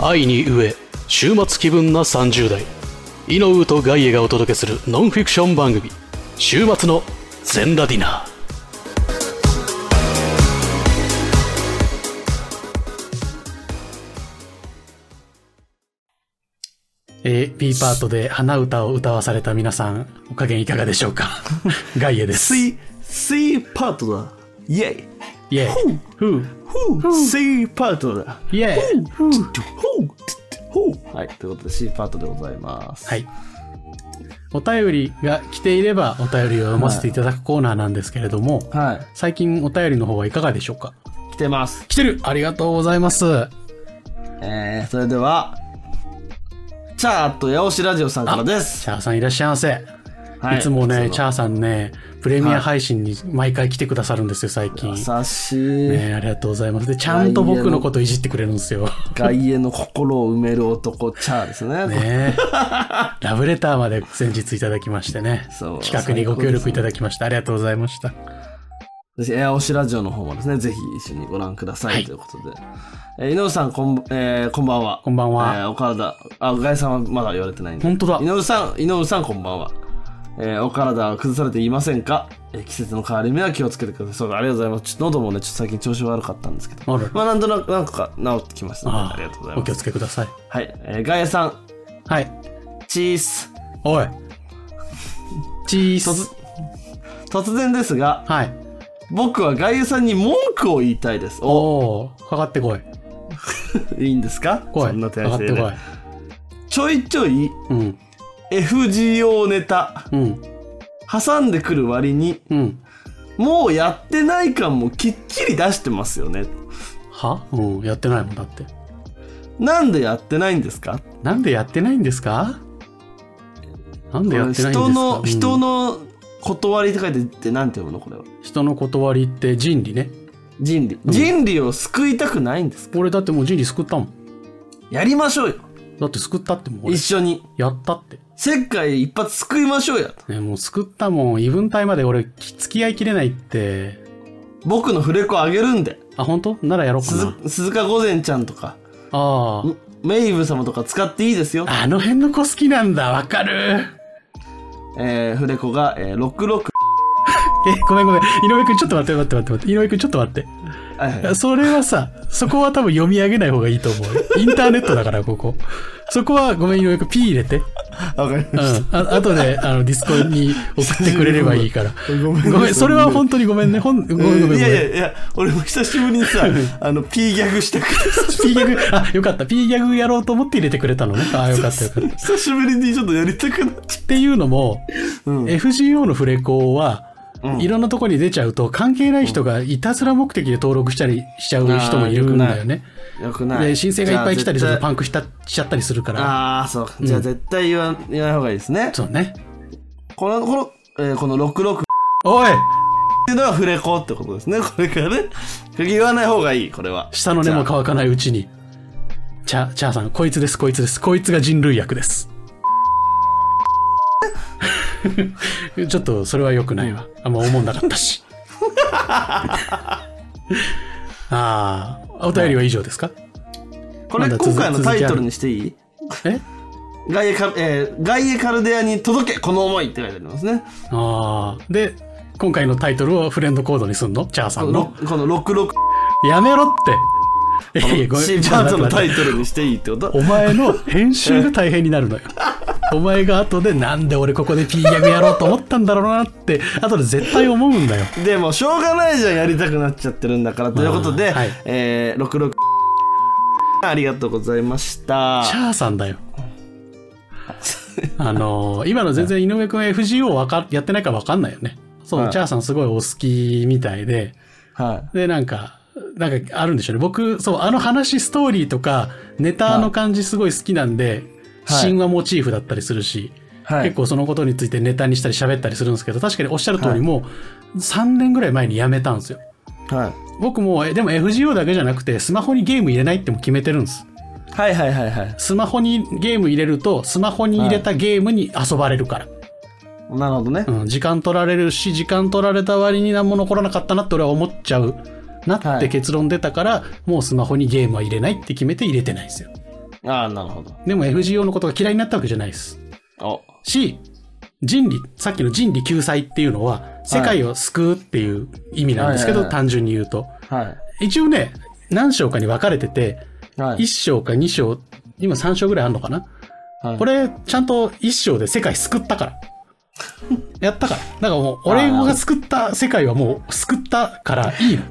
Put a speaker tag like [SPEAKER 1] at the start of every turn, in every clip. [SPEAKER 1] 愛に飢え週末気分な30代イノウとガイエがお届けするノンフィクション番組「週末の全ラディナー」えー、B パートで花歌を歌わされた皆さんお加減いかがでしょうか ガイエです
[SPEAKER 2] スイ、スイパートだ。イェイ。
[SPEAKER 1] イェイ
[SPEAKER 2] ふう
[SPEAKER 1] フー
[SPEAKER 2] ふうスイパートだ。
[SPEAKER 1] イェイ
[SPEAKER 2] ふうふうふうはい、ということで C パートでございます。
[SPEAKER 1] はい。お便りが来ていればお便りを読ませていただくコーナーなんですけれども、
[SPEAKER 2] は
[SPEAKER 1] 最近お便りの方はいかがでしょうか
[SPEAKER 2] い、来てます。
[SPEAKER 1] 来てるありがとうございます。あ
[SPEAKER 2] えー、それでは、チャーと八尾市ラジオさんからです。
[SPEAKER 1] チャーさんいらっしゃいませ。
[SPEAKER 2] はい
[SPEAKER 1] つもね、チャ
[SPEAKER 2] ー
[SPEAKER 1] ーさんね、プレミア配信に毎回来てくださるんですよ、最近。
[SPEAKER 2] 優しい、
[SPEAKER 1] ね、ありがとうございます。で、ちゃんと僕のこといじってくれるんですよ。
[SPEAKER 2] 外縁の心を埋める男、チャーですね。
[SPEAKER 1] ね ラブレターまで先日いただきましてね
[SPEAKER 2] そう。
[SPEAKER 1] 企画にご協力いただきました。ありがとうございました。
[SPEAKER 2] 私、エアオシラジオの方もですね、ぜひ一緒にご覧ください、
[SPEAKER 1] はい
[SPEAKER 2] ということで。えー、井上さん、こん、えーこんばんは。
[SPEAKER 1] こんばんは
[SPEAKER 2] えーお体、あ、ガイさんはまだ言われてないんで。
[SPEAKER 1] 本当だ
[SPEAKER 2] 井上さん、井上さん、こんばんは。えーお体は崩されていませんか、えー季節の変わり目は気をつけてください。そうありがとうございます。ちょっと喉もね、ちょっと最近調子悪かったんですけど。
[SPEAKER 1] あら
[SPEAKER 2] まあ、なんとなく、なんか治ってきましたので、ありがとうござい
[SPEAKER 1] お
[SPEAKER 2] ま
[SPEAKER 1] 気
[SPEAKER 2] す。
[SPEAKER 1] をつけください。
[SPEAKER 2] はい。えーガイさん、
[SPEAKER 1] はい。
[SPEAKER 2] チース。
[SPEAKER 1] おい。チー
[SPEAKER 2] 突
[SPEAKER 1] ス。、
[SPEAKER 2] 突然ですが、
[SPEAKER 1] はい。
[SPEAKER 2] 僕はガイさんに文句を言いたいです。お、
[SPEAKER 1] おおー、かかってこい。
[SPEAKER 2] いいんですか
[SPEAKER 1] 来
[SPEAKER 2] そん
[SPEAKER 1] い。
[SPEAKER 2] な
[SPEAKER 1] か
[SPEAKER 2] 手
[SPEAKER 1] か
[SPEAKER 2] 足
[SPEAKER 1] って
[SPEAKER 2] で、ね
[SPEAKER 1] こ。
[SPEAKER 2] ちょいちょい
[SPEAKER 1] い。うん。
[SPEAKER 2] FGO ネタ
[SPEAKER 1] うん。
[SPEAKER 2] 挟んでくる割に
[SPEAKER 1] うん。
[SPEAKER 2] もうやってない感もきっちり出してますよね
[SPEAKER 1] はうん。やってないもんだって。
[SPEAKER 2] なんでやってないんですか
[SPEAKER 1] なんでやってないんですかなんでやってないんですか
[SPEAKER 2] 人の、
[SPEAKER 1] うん
[SPEAKER 2] 人の断りって書いてって何て読むのこれは
[SPEAKER 1] 人の断りって人理ね。
[SPEAKER 2] 人理、
[SPEAKER 1] ん
[SPEAKER 2] 人理を救いたくないんですか
[SPEAKER 1] 俺だってもう人理救ったもん。
[SPEAKER 2] やりましょうよ
[SPEAKER 1] だって救ったってもう俺
[SPEAKER 2] 一緒に
[SPEAKER 1] やったって。
[SPEAKER 2] 世界一発救いましょうや
[SPEAKER 1] ね、もう救ったもん。異文体まで俺き付き合いきれないって。
[SPEAKER 2] 僕の触れ子あげるんで
[SPEAKER 1] あ、本当？ならやろうか
[SPEAKER 2] 鈴
[SPEAKER 1] な。
[SPEAKER 2] 鈴鹿御前ちゃんとか
[SPEAKER 1] ああ。
[SPEAKER 2] メイブ様とか使っていいですよ
[SPEAKER 1] あの辺の子好きなんだ。わかる。
[SPEAKER 2] えー、触れ子が、えー、
[SPEAKER 1] え、
[SPEAKER 2] 66
[SPEAKER 1] ごめんごめん。井上くん、ちょっと待って、待って、待って、待って。井上くん、ちょっと待って。
[SPEAKER 2] はいはい
[SPEAKER 1] それはさ、そこは多分読み上げない方がいいと思う。インターネットだから、ここ。そこは、ごめん、井上くん、P 入れて。
[SPEAKER 2] わかり
[SPEAKER 1] うん。 あ後で、あの、ディスコに送ってくれればいいから。
[SPEAKER 2] ごめん
[SPEAKER 1] ごめん、それは本当にごめんね。ほん、ごめん、ごめん、ごめん。
[SPEAKER 2] いやいやいや、俺も久しぶりに さ、あの、P ギャグしたくて、
[SPEAKER 1] P ギャグ、あ、よかった。P ギャグやろうと思って入れてくれたのね。あ、よかった、よかった。っ
[SPEAKER 2] 久しぶりにちょっとやりたくなっち
[SPEAKER 1] ていうのも、
[SPEAKER 2] ゃう。うん。
[SPEAKER 1] FGO のフレコは、
[SPEAKER 2] うん
[SPEAKER 1] いろんなとこに出ちゃうと、関係ない人がいたずら目的で登録したりしちゃう人もいるんだよね。
[SPEAKER 2] よくない。
[SPEAKER 1] で申請がいっぱい来たりすると
[SPEAKER 2] ン
[SPEAKER 1] パンクしたしちゃったりするから
[SPEAKER 2] あー、そう。じゃあ絶対言わ言わない方がいいですね。
[SPEAKER 1] そうね
[SPEAKER 2] この、この、えーこの66っ
[SPEAKER 1] おい
[SPEAKER 2] ていうのはフレコってことですね。これからね。言わない方がいい、これは。
[SPEAKER 1] 下の根も
[SPEAKER 2] じゃあ
[SPEAKER 1] 乾かないうちにチャチャーさんこいつですこいつですこいつが人類役です ちょっとそれは良くないわあんま思んなかったし ああお便りは以上ですか
[SPEAKER 2] これ
[SPEAKER 1] まだ続
[SPEAKER 2] 今回のタイトルにしていい
[SPEAKER 1] え
[SPEAKER 2] ガイエカ、えーガイエカルデアに届け、この思いって書いてありますね。
[SPEAKER 1] ああで今回のタイトルをフレンドコードにすんのチャーさ
[SPEAKER 2] こ
[SPEAKER 1] ん
[SPEAKER 2] の
[SPEAKER 1] の、
[SPEAKER 2] この66、
[SPEAKER 1] やめろっていやいやごめん
[SPEAKER 2] シー
[SPEAKER 1] ちょ
[SPEAKER 2] パ
[SPEAKER 1] っ
[SPEAKER 2] ー
[SPEAKER 1] と待って待
[SPEAKER 2] トの
[SPEAKER 1] って
[SPEAKER 2] タイトルにしていいってこと
[SPEAKER 1] お前の編集が大変にな るのよ。お前が後でなんで俺ここで P ギャグやろうと思ったんだろうなって、後で絶対思うんだよ。
[SPEAKER 2] でもしょうがないじゃんやりたくなっちゃってるんだからということで、
[SPEAKER 1] はい
[SPEAKER 2] えー、66ありがとうございました
[SPEAKER 1] チャーさんだよ。あのー今の全然井上くん FGO わかやってないからわかんないよね。そう、
[SPEAKER 2] はい
[SPEAKER 1] チャーさんすごいお好きみたいで、
[SPEAKER 2] はい
[SPEAKER 1] で、なんか、なんかあるんでしょうね。僕、そう、あの話、ストーリーとか、ネタの感じすごい好きなんで、
[SPEAKER 2] はい
[SPEAKER 1] 神話モチーフだったりするし、
[SPEAKER 2] はい
[SPEAKER 1] 結構そのことについてネタにしたり喋ったりするんですけど、確かにおっしゃる通りもう3年ぐらい前に辞めたんですよ。
[SPEAKER 2] はい
[SPEAKER 1] 僕も、えでも FGO だけじゃなくて、スマホにゲーム入れないっても決めてるんです。
[SPEAKER 2] はいはいはいはい
[SPEAKER 1] スマホにゲーム入れると、スマホに入れたゲームに遊ばれるから。
[SPEAKER 2] なるほどね、
[SPEAKER 1] うん、時間取られるし、時間取られた割に何も残らなかったなって俺は思っちゃうな
[SPEAKER 2] は
[SPEAKER 1] って
[SPEAKER 2] い
[SPEAKER 1] 結論出たから、もうスマホにゲームは入れないって決めて入れてないんですよ。
[SPEAKER 2] ああ、なるほど。
[SPEAKER 1] でも FGO のことが嫌いになったわけじゃないです。
[SPEAKER 2] お、
[SPEAKER 1] し、人理、さっきの人理救済っていうのは、世界を救うっていう意味なんですけど、
[SPEAKER 2] はいはいは
[SPEAKER 1] 単
[SPEAKER 2] い
[SPEAKER 1] 純に言うと。
[SPEAKER 2] は
[SPEAKER 1] 一応ね、何章かに分かれてて、
[SPEAKER 2] い。はい。
[SPEAKER 1] 1章か2章、今3章ぐらいあるのかな、
[SPEAKER 2] はい
[SPEAKER 1] これ、ちゃんと1章で世界救った から。やったから。だからもう、俺が救った世界はもう救ったからいいの。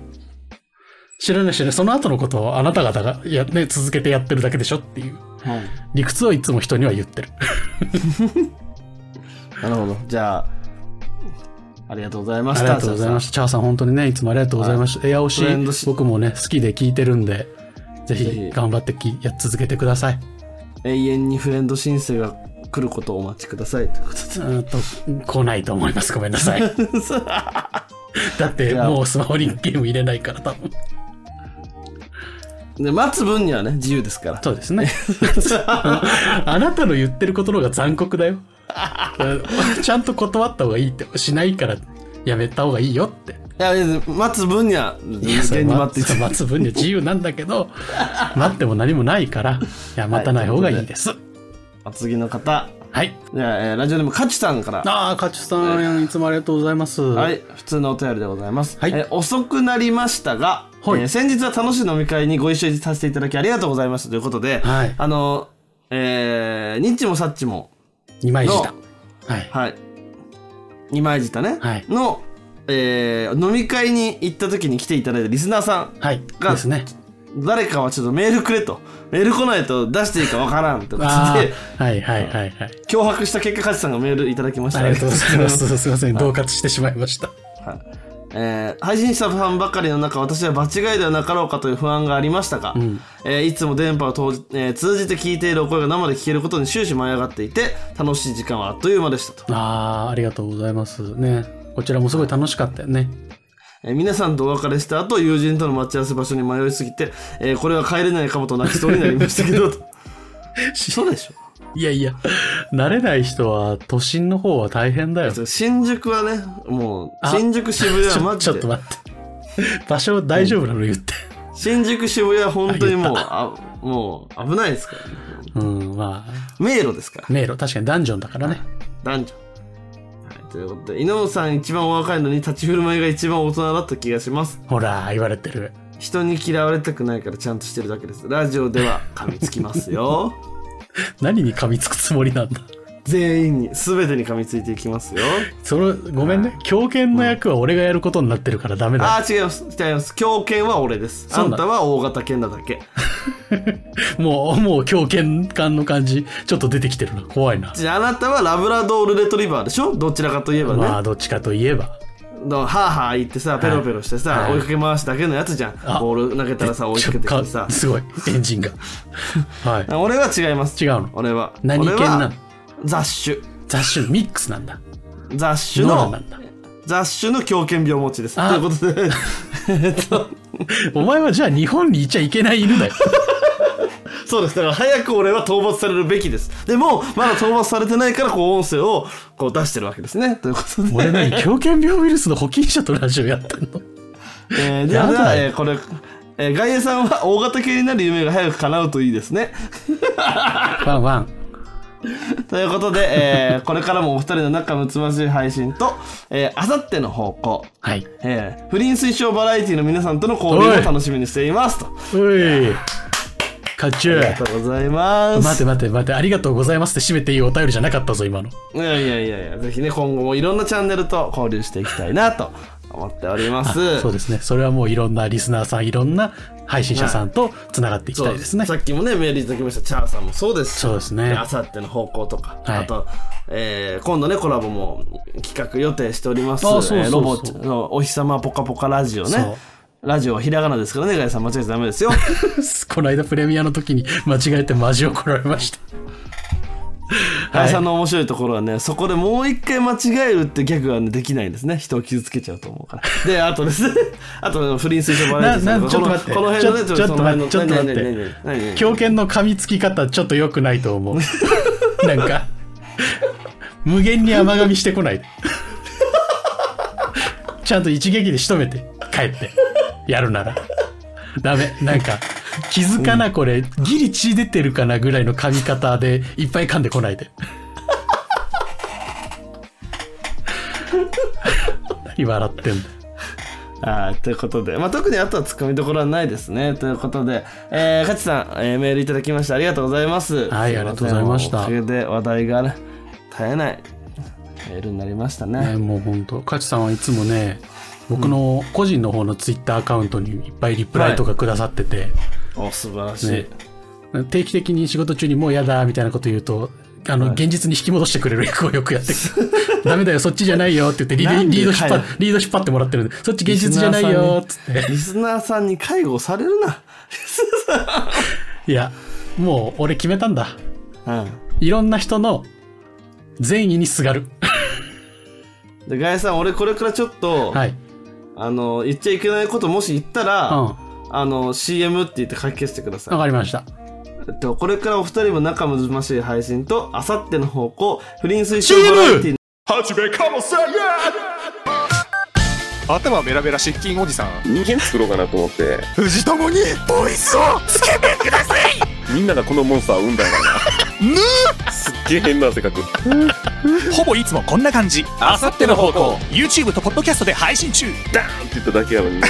[SPEAKER 1] 知らない知らない。その後のことをあなた方がや、ね、続けてやってるだけでしょっていう
[SPEAKER 2] はい
[SPEAKER 1] 理屈をいつも人には言ってる。
[SPEAKER 2] なるほど。じゃあ、ありがとうございまし
[SPEAKER 1] あ
[SPEAKER 2] た。
[SPEAKER 1] りがとうございました。チャーさん、本当にね、いつもありがとうございました。エア
[SPEAKER 2] トレンド
[SPEAKER 1] 推し、
[SPEAKER 2] し
[SPEAKER 1] 僕もね、好きで聞いてるんで、ぜひ
[SPEAKER 2] ぜひ
[SPEAKER 1] 頑張ってきや続けてください。
[SPEAKER 2] 永遠にフレンド申請が来ることをお待ちください。ということ
[SPEAKER 1] ずーっと来ないと思います。ごめんなさい。だって、
[SPEAKER 2] じゃあ
[SPEAKER 1] もうスマホにゲーム入れないから、多分。
[SPEAKER 2] でで、待つ分にはね、自由ですから。
[SPEAKER 1] そうですね。 あなたの言ってることの方が残酷だよ。 ちゃんと断った方がいいって、しないからやめた方がいいよって。
[SPEAKER 2] いや、別に待つ分には、
[SPEAKER 1] いや
[SPEAKER 2] 無
[SPEAKER 1] それ
[SPEAKER 2] 限に待ってい
[SPEAKER 1] それ
[SPEAKER 2] て。
[SPEAKER 1] 待つ分には自由なんだけ ど待っても何もないからいや待たない方がいいですはい、
[SPEAKER 2] お次の方。じゃあ、えーラジオネーム、かちさんから。
[SPEAKER 1] ああカチュさんいつもありがとうございます
[SPEAKER 2] は、
[SPEAKER 1] はい
[SPEAKER 2] 普通のお便りでございます。
[SPEAKER 1] はい
[SPEAKER 2] えー遅くなりましたが、
[SPEAKER 1] はい
[SPEAKER 2] えー先日は楽しい飲み会にご一緒させていただきありがとうございましたということで、
[SPEAKER 1] はい
[SPEAKER 2] あの、えー、ニッチもサッチも、
[SPEAKER 1] 二枚舌
[SPEAKER 2] の
[SPEAKER 1] はい
[SPEAKER 2] はい、二枚舌ね、
[SPEAKER 1] はい
[SPEAKER 2] の、えー飲み会に行った時に来ていただいたリスナーさん、
[SPEAKER 1] はい
[SPEAKER 2] が
[SPEAKER 1] ですね
[SPEAKER 2] 誰かはちょっとメールくれと、メール来ないと出していいかわからんってこと
[SPEAKER 1] あ
[SPEAKER 2] で、
[SPEAKER 1] あはいはいはいはい
[SPEAKER 2] 脅迫した結果、カチさんがメールいただきました。
[SPEAKER 1] ありがとうございま。 すすいません同喝してしまいました
[SPEAKER 2] はいえー配信者さんばかりの中私は場違いではなかろうかという不安がありましたが、
[SPEAKER 1] ん
[SPEAKER 2] えーいつも電波を通じ、えー通じて聞いているお声が生で聞けることに終始舞い上がっていて楽しい時間はあっという間でしたと、
[SPEAKER 1] ああありがとうございますねこちらもすごい楽しかったよね
[SPEAKER 2] えー皆さんとお別れした後友人との待ち合わせ場所に迷いすぎて、えーこれは帰れないかもと泣きそうになりましたけ どとそうでし
[SPEAKER 1] いやいや慣れない人は都心の方は大変だよ
[SPEAKER 2] ょ新宿はねもう
[SPEAKER 1] あ
[SPEAKER 2] 新宿渋谷は
[SPEAKER 1] ちょ
[SPEAKER 2] マ
[SPEAKER 1] ち
[SPEAKER 2] ジ
[SPEAKER 1] ょっと
[SPEAKER 2] で
[SPEAKER 1] 待って場所大丈夫なの言って
[SPEAKER 2] 新宿渋谷は本当にもうあもう危ないですから、ね、
[SPEAKER 1] うんまあ
[SPEAKER 2] 迷路ですから
[SPEAKER 1] 迷路確かにダンジョンだからね
[SPEAKER 2] 男女。はい、ということで、井上さん一番お若いのに立ち振る舞いが一番大人だった気がします。
[SPEAKER 1] ほら言われてる
[SPEAKER 2] 人に嫌われたくないからちゃんとしてるだけです。ラジオでは噛みつきます よ。
[SPEAKER 1] 何に噛みつくつもりなんだ
[SPEAKER 2] 全員に、すべてに噛みついていきますよ。
[SPEAKER 1] そのごめんね狂犬の役は俺がやることになってるからダメだ、
[SPEAKER 2] ああ、違います。違います。狂犬は俺です。
[SPEAKER 1] そう
[SPEAKER 2] あ
[SPEAKER 1] なん
[SPEAKER 2] ん
[SPEAKER 1] だ
[SPEAKER 2] たは大型犬なだけ。
[SPEAKER 1] もうもう狂犬感の感じちょっと出てきてるな怖いな、
[SPEAKER 2] じゃあ、あなたはラブラドールレトリバーでしょどちらかといえばね。
[SPEAKER 1] まあどっちかといえば
[SPEAKER 2] だからはあはあ言ってさ、ペロペロしてさ、
[SPEAKER 1] はい
[SPEAKER 2] 追いかけ回すだけのやつじゃん。
[SPEAKER 1] あ
[SPEAKER 2] ボール投げたらさ、追いかけてきて
[SPEAKER 1] ちょ
[SPEAKER 2] さ
[SPEAKER 1] か。すごいエンジン がはい
[SPEAKER 2] 俺は違います。
[SPEAKER 1] 違うの
[SPEAKER 2] 俺は。
[SPEAKER 1] 何犬
[SPEAKER 2] 俺は
[SPEAKER 1] なの
[SPEAKER 2] 雑種。
[SPEAKER 1] 雑種のミックスなんだ
[SPEAKER 2] 雑種
[SPEAKER 1] ノラ
[SPEAKER 2] の
[SPEAKER 1] なんだ
[SPEAKER 2] 雑種の狂犬病持ちですと
[SPEAKER 1] あ
[SPEAKER 2] いうこと でえっと
[SPEAKER 1] お前はじゃあ日本にいちゃいけない犬だよ
[SPEAKER 2] そうですだから早く俺は討伐されるべきですでもまだ討伐されてないからこう音声をこう出してるわけですねということ で
[SPEAKER 1] 俺何狂犬病ウイルスの保菌者とラジオやってんの
[SPEAKER 2] えー、では
[SPEAKER 1] や
[SPEAKER 2] で
[SPEAKER 1] だ
[SPEAKER 2] は、
[SPEAKER 1] よ
[SPEAKER 2] えーこれ、えー、ガイエさんは大型犬になる夢が早く叶うといいですね
[SPEAKER 1] ワンワン
[SPEAKER 2] ということで、えーこれからもお二人の仲睦まじい配信とえーあさっての方向
[SPEAKER 1] はい
[SPEAKER 2] えー不倫推奨バラエティの皆さんとの交流を楽しみにしていますとあ
[SPEAKER 1] おいカチュ
[SPEAKER 2] りがとうございます
[SPEAKER 1] 待て待て待て、ありがとうございますって締めていいお便りじゃなかったぞ、今の。
[SPEAKER 2] いやいやいやいや、ぜひね、今後もいろんなチャンネルと交流していきたいなと思っております。
[SPEAKER 1] そう
[SPEAKER 2] で
[SPEAKER 1] ですね。それはもういろんなリスナーさん、いろんな配信者さんとつながっていきたいですね。
[SPEAKER 2] さっきもね、メールいただきました、チャーさんもそうですし。
[SPEAKER 1] そうですね
[SPEAKER 2] あさっての方向とか、
[SPEAKER 1] はい
[SPEAKER 2] あと、えー今度ね、コラボも企画予定しております。
[SPEAKER 1] あそうそうそう
[SPEAKER 2] えーロボットのお日様ぽかぽかラジオね。ラジオはひらがなですからね、ガイさん間違えちゃダメですよ。
[SPEAKER 1] この間プレミアの時に間違えてマジ怒られました。
[SPEAKER 2] ガイさんの面白いところはね、そこでもう一回間違えるってギャグはね、できないんですね。人を傷つけちゃうと思うから。で、あとですね、あと不倫推奨バラエティ
[SPEAKER 1] な
[SPEAKER 2] ー
[SPEAKER 1] な
[SPEAKER 2] さんと
[SPEAKER 1] ちょ
[SPEAKER 2] か
[SPEAKER 1] っと
[SPEAKER 2] この
[SPEAKER 1] 待って
[SPEAKER 2] この辺のね、
[SPEAKER 1] ちょちょっと待って
[SPEAKER 2] その辺の
[SPEAKER 1] ちょっと待って
[SPEAKER 2] 何々何々何々
[SPEAKER 1] 狂犬の噛みつき方、ちょっと良くないと思う。なんか、無限に甘噛みしてこない。ちゃんと一撃で仕留めて、帰って、やるなら。ダメ、なんか、気づかな、これ。ギリ血出てるかなぐらいの噛み方で、いっぱい噛んでこないで。何笑ってんだよ
[SPEAKER 2] はい、ということで、まあ、特にあとは突っ込みどころはないですね。ということで、えー、勝さん、えーメールいただきましてありがとうございます。
[SPEAKER 1] はいありがとうございました
[SPEAKER 2] すませんおかげで話題が絶えないメールになりましたね。
[SPEAKER 1] ね、もう本当カチさんはいつもね僕の個人の方のツイッターアカウントにいっぱいリプライとかくださってて、
[SPEAKER 2] お、素晴らしい。
[SPEAKER 1] ね定期的に仕事中にもうやだみたいなこと言うとあの、現実に引き戻してくれる役をよくやって くるダメだよそっちじゃないよって言ってリ
[SPEAKER 2] な
[SPEAKER 1] リ
[SPEAKER 2] んで
[SPEAKER 1] リード引っ
[SPEAKER 2] か
[SPEAKER 1] 張
[SPEAKER 2] よ
[SPEAKER 1] リード引っ張ってもらってるんでそっち現実じゃないよっつって
[SPEAKER 2] リスナーさんに介護されるな。
[SPEAKER 1] いやもう俺決めたんだ
[SPEAKER 2] う
[SPEAKER 1] いろんな人の善意にすがる
[SPEAKER 2] ん。で、ガイさん、俺これからちょっと、
[SPEAKER 1] はい、
[SPEAKER 2] あの、言っちゃいけないこともし言ったら、
[SPEAKER 1] うん、
[SPEAKER 2] あの、CM って言って書き消してください
[SPEAKER 1] 分。かりました
[SPEAKER 2] えっと、これからお二人も仲むずましい配信と、あさっての方向、不倫推奨
[SPEAKER 3] CM
[SPEAKER 2] バラエティ
[SPEAKER 4] 頭メラメラ失禁おじさん
[SPEAKER 5] 人間作ろうかなと思って
[SPEAKER 4] 藤友にボイスをつけてください
[SPEAKER 5] みんながこのモンスターを産んだんやなすっげえ変な性格
[SPEAKER 4] ほぼいつもこんな感じあさっての方向 YouTube とポッドキャストで配信中
[SPEAKER 5] って言っただけやのにね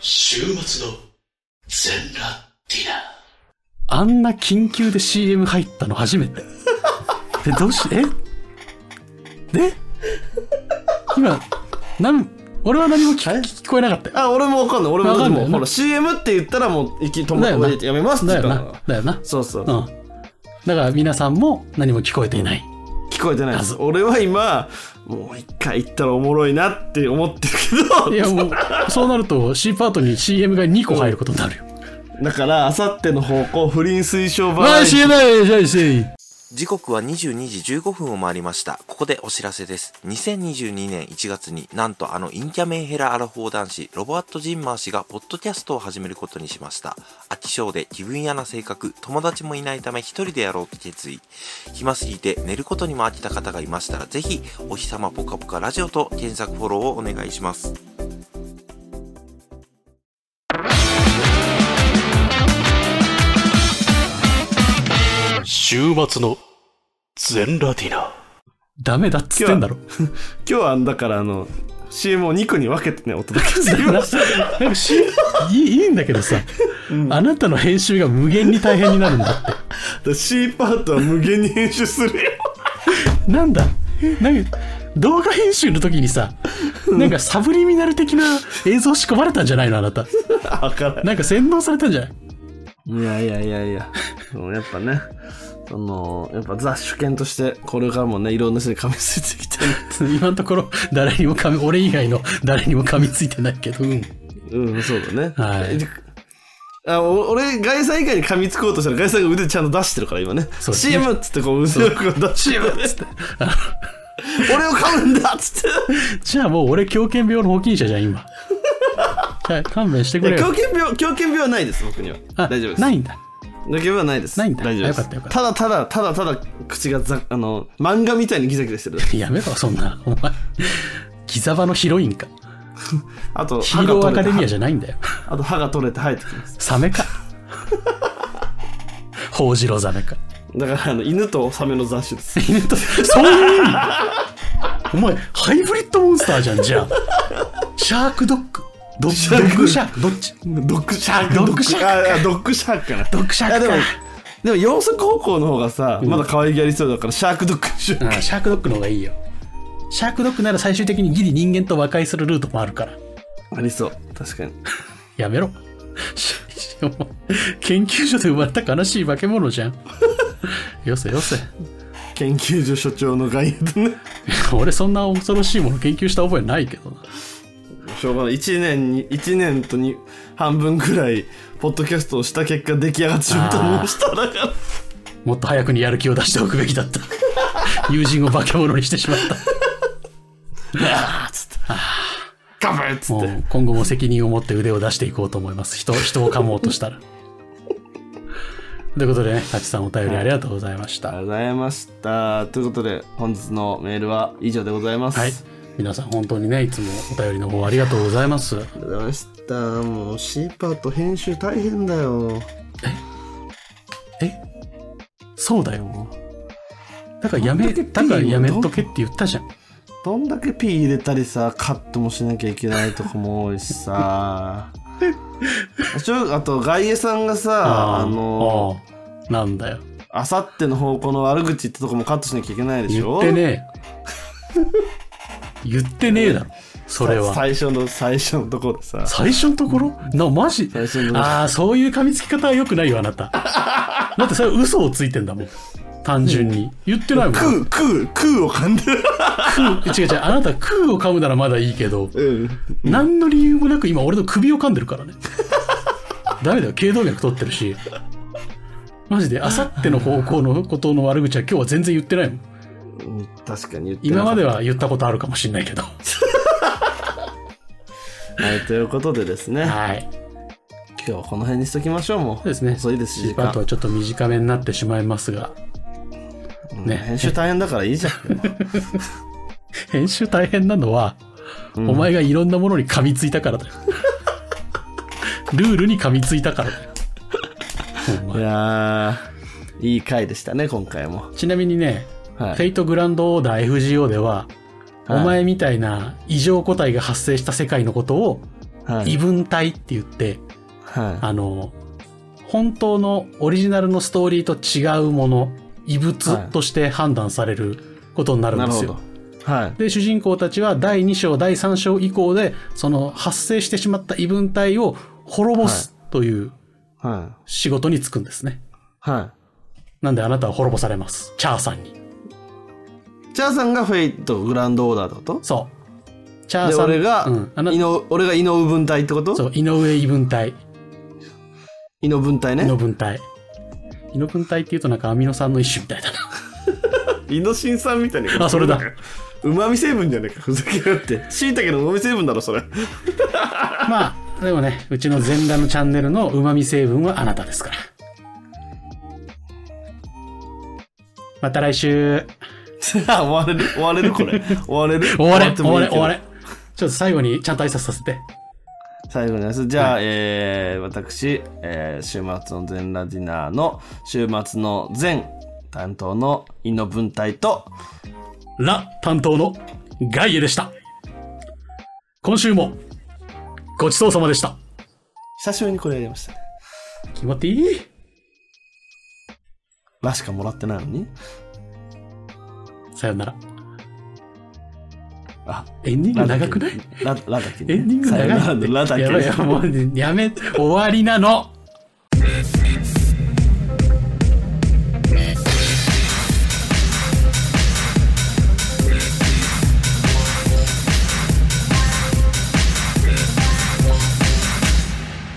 [SPEAKER 3] 週末の全裸ディナー
[SPEAKER 1] あんな緊急で CM 入ったの初めて。で、どうし、えで今、なん、俺は何も聞聞こえなかったよ。
[SPEAKER 2] あ、俺もわかんない。俺も
[SPEAKER 1] わかんない
[SPEAKER 2] でもほら、CM って言ったらもう、いき、止
[SPEAKER 1] だよな
[SPEAKER 2] めて、やめますって
[SPEAKER 1] だ
[SPEAKER 2] 言っ
[SPEAKER 1] よ
[SPEAKER 2] た
[SPEAKER 1] な
[SPEAKER 2] ら。。
[SPEAKER 1] だよな。
[SPEAKER 2] そうそ
[SPEAKER 1] う
[SPEAKER 2] う。
[SPEAKER 1] ん。だから皆さんも何も聞こえていない。
[SPEAKER 2] 聞こえてないで
[SPEAKER 1] あ
[SPEAKER 2] す。
[SPEAKER 1] そ
[SPEAKER 2] 俺は今、もう一回言ったらおもろいなって思ってる
[SPEAKER 1] い
[SPEAKER 2] け
[SPEAKER 1] やもう、そうなると C パートに CM が2個入ることになるよ。
[SPEAKER 2] ど、だから、あさっての方向、不倫推奨バ
[SPEAKER 1] わ
[SPEAKER 2] ラエ
[SPEAKER 1] あ、
[SPEAKER 2] ティ
[SPEAKER 1] CM だよ、じゃあ CM。
[SPEAKER 6] 時刻は22時15分を回りました。ここでお知らせです。2022年1月になんとあのインキャメンヘラアラフォー男子、ロボアット・ジンマー氏がポッドキャストを始めることにしました。飽き性で気分屋な性格、友達もいないため一人でやろうと決意。暇すぎて寝ることにも飽きた方がいましたら、ぜひ、お日様ぽかぽかラジオと検索フォローをお願いします。
[SPEAKER 3] 週末の全裸ディナー
[SPEAKER 1] ダメだっつってんだろ。
[SPEAKER 2] 今日は、だから、あの、CM を2個に分けてね、お届けしてい
[SPEAKER 1] な
[SPEAKER 2] ま
[SPEAKER 1] んか CM いいいいんだけどさ、あなたの編集が無限に大変になるんだって。
[SPEAKER 2] す。C パートは無限に編集するよ。
[SPEAKER 1] なんだなんか動画編集の時にさなんかサブリミナル的な映像仕込まれたんじゃないのあなた
[SPEAKER 2] わから
[SPEAKER 1] なんか洗脳されたんじゃない
[SPEAKER 2] いやいやいやいや、そうやっぱね、その、やっぱザ主権として、これからもね、いろんな人に噛みついていきたいな。
[SPEAKER 1] 今のところ誰にも噛み俺以外の誰にも噛みついてないけど、うん、
[SPEAKER 2] うん、そうだね。
[SPEAKER 1] はい
[SPEAKER 2] であお俺、ガイさん以外に噛みつこうとしたら、ガイさんが腕ちゃんと出してるから、今ね。
[SPEAKER 1] そうですね
[SPEAKER 2] CM! っつって、こう、腕をこう出してる。CM! っつって。 俺を噛むんだっ つっ
[SPEAKER 1] じゃあもう俺狂犬病の保菌者じゃん 今じゃあ勘弁して
[SPEAKER 2] て。
[SPEAKER 1] く
[SPEAKER 2] い
[SPEAKER 1] れ
[SPEAKER 2] や狂
[SPEAKER 1] よ
[SPEAKER 2] 犬病、狂犬病はないです、僕には。
[SPEAKER 1] あ
[SPEAKER 2] 大丈夫です。
[SPEAKER 1] ないんだ
[SPEAKER 2] 狂犬病はないです。
[SPEAKER 1] ないんだ
[SPEAKER 2] 大丈夫です。
[SPEAKER 1] あよかったよかった
[SPEAKER 2] だただ、ただただ、口がざ、あの、漫画みたいにギザギザしてるだけ。
[SPEAKER 1] やめろそんなお前ギザバのヒロインか
[SPEAKER 2] あと、
[SPEAKER 1] ヒーローアカデミア
[SPEAKER 2] じ
[SPEAKER 1] じゃないんだよ
[SPEAKER 2] ゃあと、歯が取れて生えてきます。
[SPEAKER 1] サメ かホウジロザメか
[SPEAKER 2] だからあの犬とサメの雑種です
[SPEAKER 1] 犬とそういう意味お前ハイブリッドモンスターじゃんじゃあシャークドッグドッ
[SPEAKER 2] ャー
[SPEAKER 1] ド
[SPEAKER 2] ク
[SPEAKER 1] ッグシャークどっち
[SPEAKER 2] ドッグシャーク
[SPEAKER 1] ドッグシャーク
[SPEAKER 2] ークあドッグシャークかな
[SPEAKER 1] ドッグシャーク
[SPEAKER 2] いや
[SPEAKER 1] か
[SPEAKER 2] でもでも四足歩行の方がさ、まだ可愛げありそうだからシャークドッグシャー
[SPEAKER 1] ああシャークドッグの方がいいよシャークドッグなら最終的にギリ人間と和解するルートもあるから
[SPEAKER 2] クありそう確かに
[SPEAKER 1] やめろししお前研究所で生まれた悲しい化け物じゃんよせよせ
[SPEAKER 2] 研究所所長の概要とね
[SPEAKER 1] 俺そんな恐ろしいもの研究した覚えないけどな
[SPEAKER 2] しょうがない1年に一年とに半分ぐらいポッドキャストをした結果出来上がってしまった
[SPEAKER 1] あー
[SPEAKER 2] もうしただから
[SPEAKER 1] もっと早くにやる気を出しておくべきだった友人を化け物にしてしまった
[SPEAKER 2] あーっつってガブッつっ
[SPEAKER 1] も
[SPEAKER 2] て
[SPEAKER 1] う今後も責任を持って腕を出していこうと思います。人人を噛もうとしたら。ということでね、タチさんお便りありがとうございまし
[SPEAKER 2] ありが
[SPEAKER 1] た。
[SPEAKER 2] とうございましたということで本日のメールは以上でございます
[SPEAKER 1] はい皆さん本当にね、いつもお便りの方ありがとうございます。
[SPEAKER 2] りがとうございましたもうシーパーと編集大変だよ
[SPEAKER 1] そうだよ。だからやめ、だからやめとけって言ったじゃん。
[SPEAKER 2] どんだけピー入れたりさカットもしなきゃいけないとかも多いし さちょあと外衛さんがさあの
[SPEAKER 1] ああなんだよ。
[SPEAKER 2] あさっての方向の悪口ってとこもカットしなきゃいけないでし
[SPEAKER 1] 言
[SPEAKER 2] ょ
[SPEAKER 1] ってねえ。言ってねえだろ。それは。
[SPEAKER 2] 最初の最初のとこでさ
[SPEAKER 1] 最初のところな、マジ
[SPEAKER 2] 最初の
[SPEAKER 1] ああ、そういう噛みつき方は良くないよ、あな た。だってそれ嘘をついてんだもん。単純に。言ってないもん。
[SPEAKER 2] クークークーを噛んでる
[SPEAKER 1] 違う違う、あなた、空を噛むならまだいいけど、
[SPEAKER 2] うん
[SPEAKER 1] 何の理由もなく今、俺の首を噛んでる からね。ダメだよ、頸動脈取ってるし。マジで、あさっての方向のことの悪口は今日は全然言ってないもん。
[SPEAKER 2] うん確かに言ってな
[SPEAKER 1] 今
[SPEAKER 2] かった
[SPEAKER 1] までは言ったことあるかもしんないけ ど。
[SPEAKER 2] はいということでですね
[SPEAKER 1] はい。
[SPEAKER 2] 今日はこの辺にしときましょうもう
[SPEAKER 1] そうですね。
[SPEAKER 2] 遅いです
[SPEAKER 1] あ
[SPEAKER 2] し時
[SPEAKER 1] と
[SPEAKER 2] 間
[SPEAKER 1] はちょっと短めになってしまいますが、ね
[SPEAKER 2] 編集大変だからいいじゃん
[SPEAKER 1] 編集大変なのは、 お前がいろんなものに噛みついたから だよ。ルールに噛みついたからだよ。ほんま
[SPEAKER 2] いやーいい回でしたね今回も
[SPEAKER 1] ちなみにね、
[SPEAKER 2] はい
[SPEAKER 1] フェイトグランドオーダー FGO では、
[SPEAKER 2] はい
[SPEAKER 1] お前みたいな異常個体が発生した世界のことを、
[SPEAKER 2] はい
[SPEAKER 1] 異文体って言って、
[SPEAKER 2] は
[SPEAKER 1] あの、本当のオリジナルのストーリーと違うもの、異
[SPEAKER 2] は
[SPEAKER 1] 物
[SPEAKER 2] い
[SPEAKER 1] として判断されることになる
[SPEAKER 2] い
[SPEAKER 1] ん
[SPEAKER 2] な
[SPEAKER 1] で
[SPEAKER 2] る
[SPEAKER 1] す
[SPEAKER 2] ほ
[SPEAKER 1] よ。
[SPEAKER 2] どはい
[SPEAKER 1] で、主人公たちは第2章、第3章以降で、その発生してしまった異文体を滅ぼすという
[SPEAKER 2] は
[SPEAKER 1] 仕事に就くんですね。
[SPEAKER 2] いは
[SPEAKER 1] なんであなたは滅ぼされます。チャーさんに。
[SPEAKER 2] いチャーさんがフェイトグランドオーダーってこと
[SPEAKER 1] そう。チャー
[SPEAKER 2] で
[SPEAKER 1] さん。
[SPEAKER 2] 俺が、
[SPEAKER 1] うん、あな
[SPEAKER 2] イノ俺がイノウ分隊ってこと
[SPEAKER 1] そう、井上異文体。
[SPEAKER 2] イノ分隊
[SPEAKER 1] 胃
[SPEAKER 2] ね
[SPEAKER 1] の分体。胃の分体っていうとなんかアミノ酸の一種みたいだな。
[SPEAKER 2] イノシン酸みたいな
[SPEAKER 1] あ、それだ。
[SPEAKER 2] うまみ成分じゃねえかふざけやがって しいたけのうまみ成分だろそ れ
[SPEAKER 1] まあ、でもね、うちの全裸のチャンネルの旨味成分はあなたですから。また来週。
[SPEAKER 2] あ終われる終われるこれ終われる
[SPEAKER 1] 終われ、
[SPEAKER 2] って
[SPEAKER 1] 終
[SPEAKER 2] も
[SPEAKER 1] わ
[SPEAKER 2] いい
[SPEAKER 1] れ、
[SPEAKER 2] け
[SPEAKER 1] 終
[SPEAKER 2] ど
[SPEAKER 1] われ。ちょっと最後にちゃんと挨拶させて。
[SPEAKER 2] 最後にですじゃあ、えー私、えー週末の全ラディナーの週末の全担当のイノ分隊と
[SPEAKER 1] ラ担当のガイエでした。今週も、ごちそうさまでした。
[SPEAKER 2] 久しぶりにこれやりましたね
[SPEAKER 1] 気持ちいい
[SPEAKER 2] らしかもらってないのに
[SPEAKER 1] さよなら。
[SPEAKER 2] あ
[SPEAKER 1] エンディング長くない
[SPEAKER 2] ララだけ、ね、
[SPEAKER 1] エンディング長い
[SPEAKER 2] さよならラだけ
[SPEAKER 1] やばいやばいもうねやめ、終わりなの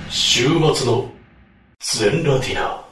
[SPEAKER 3] 週末の全ラティナ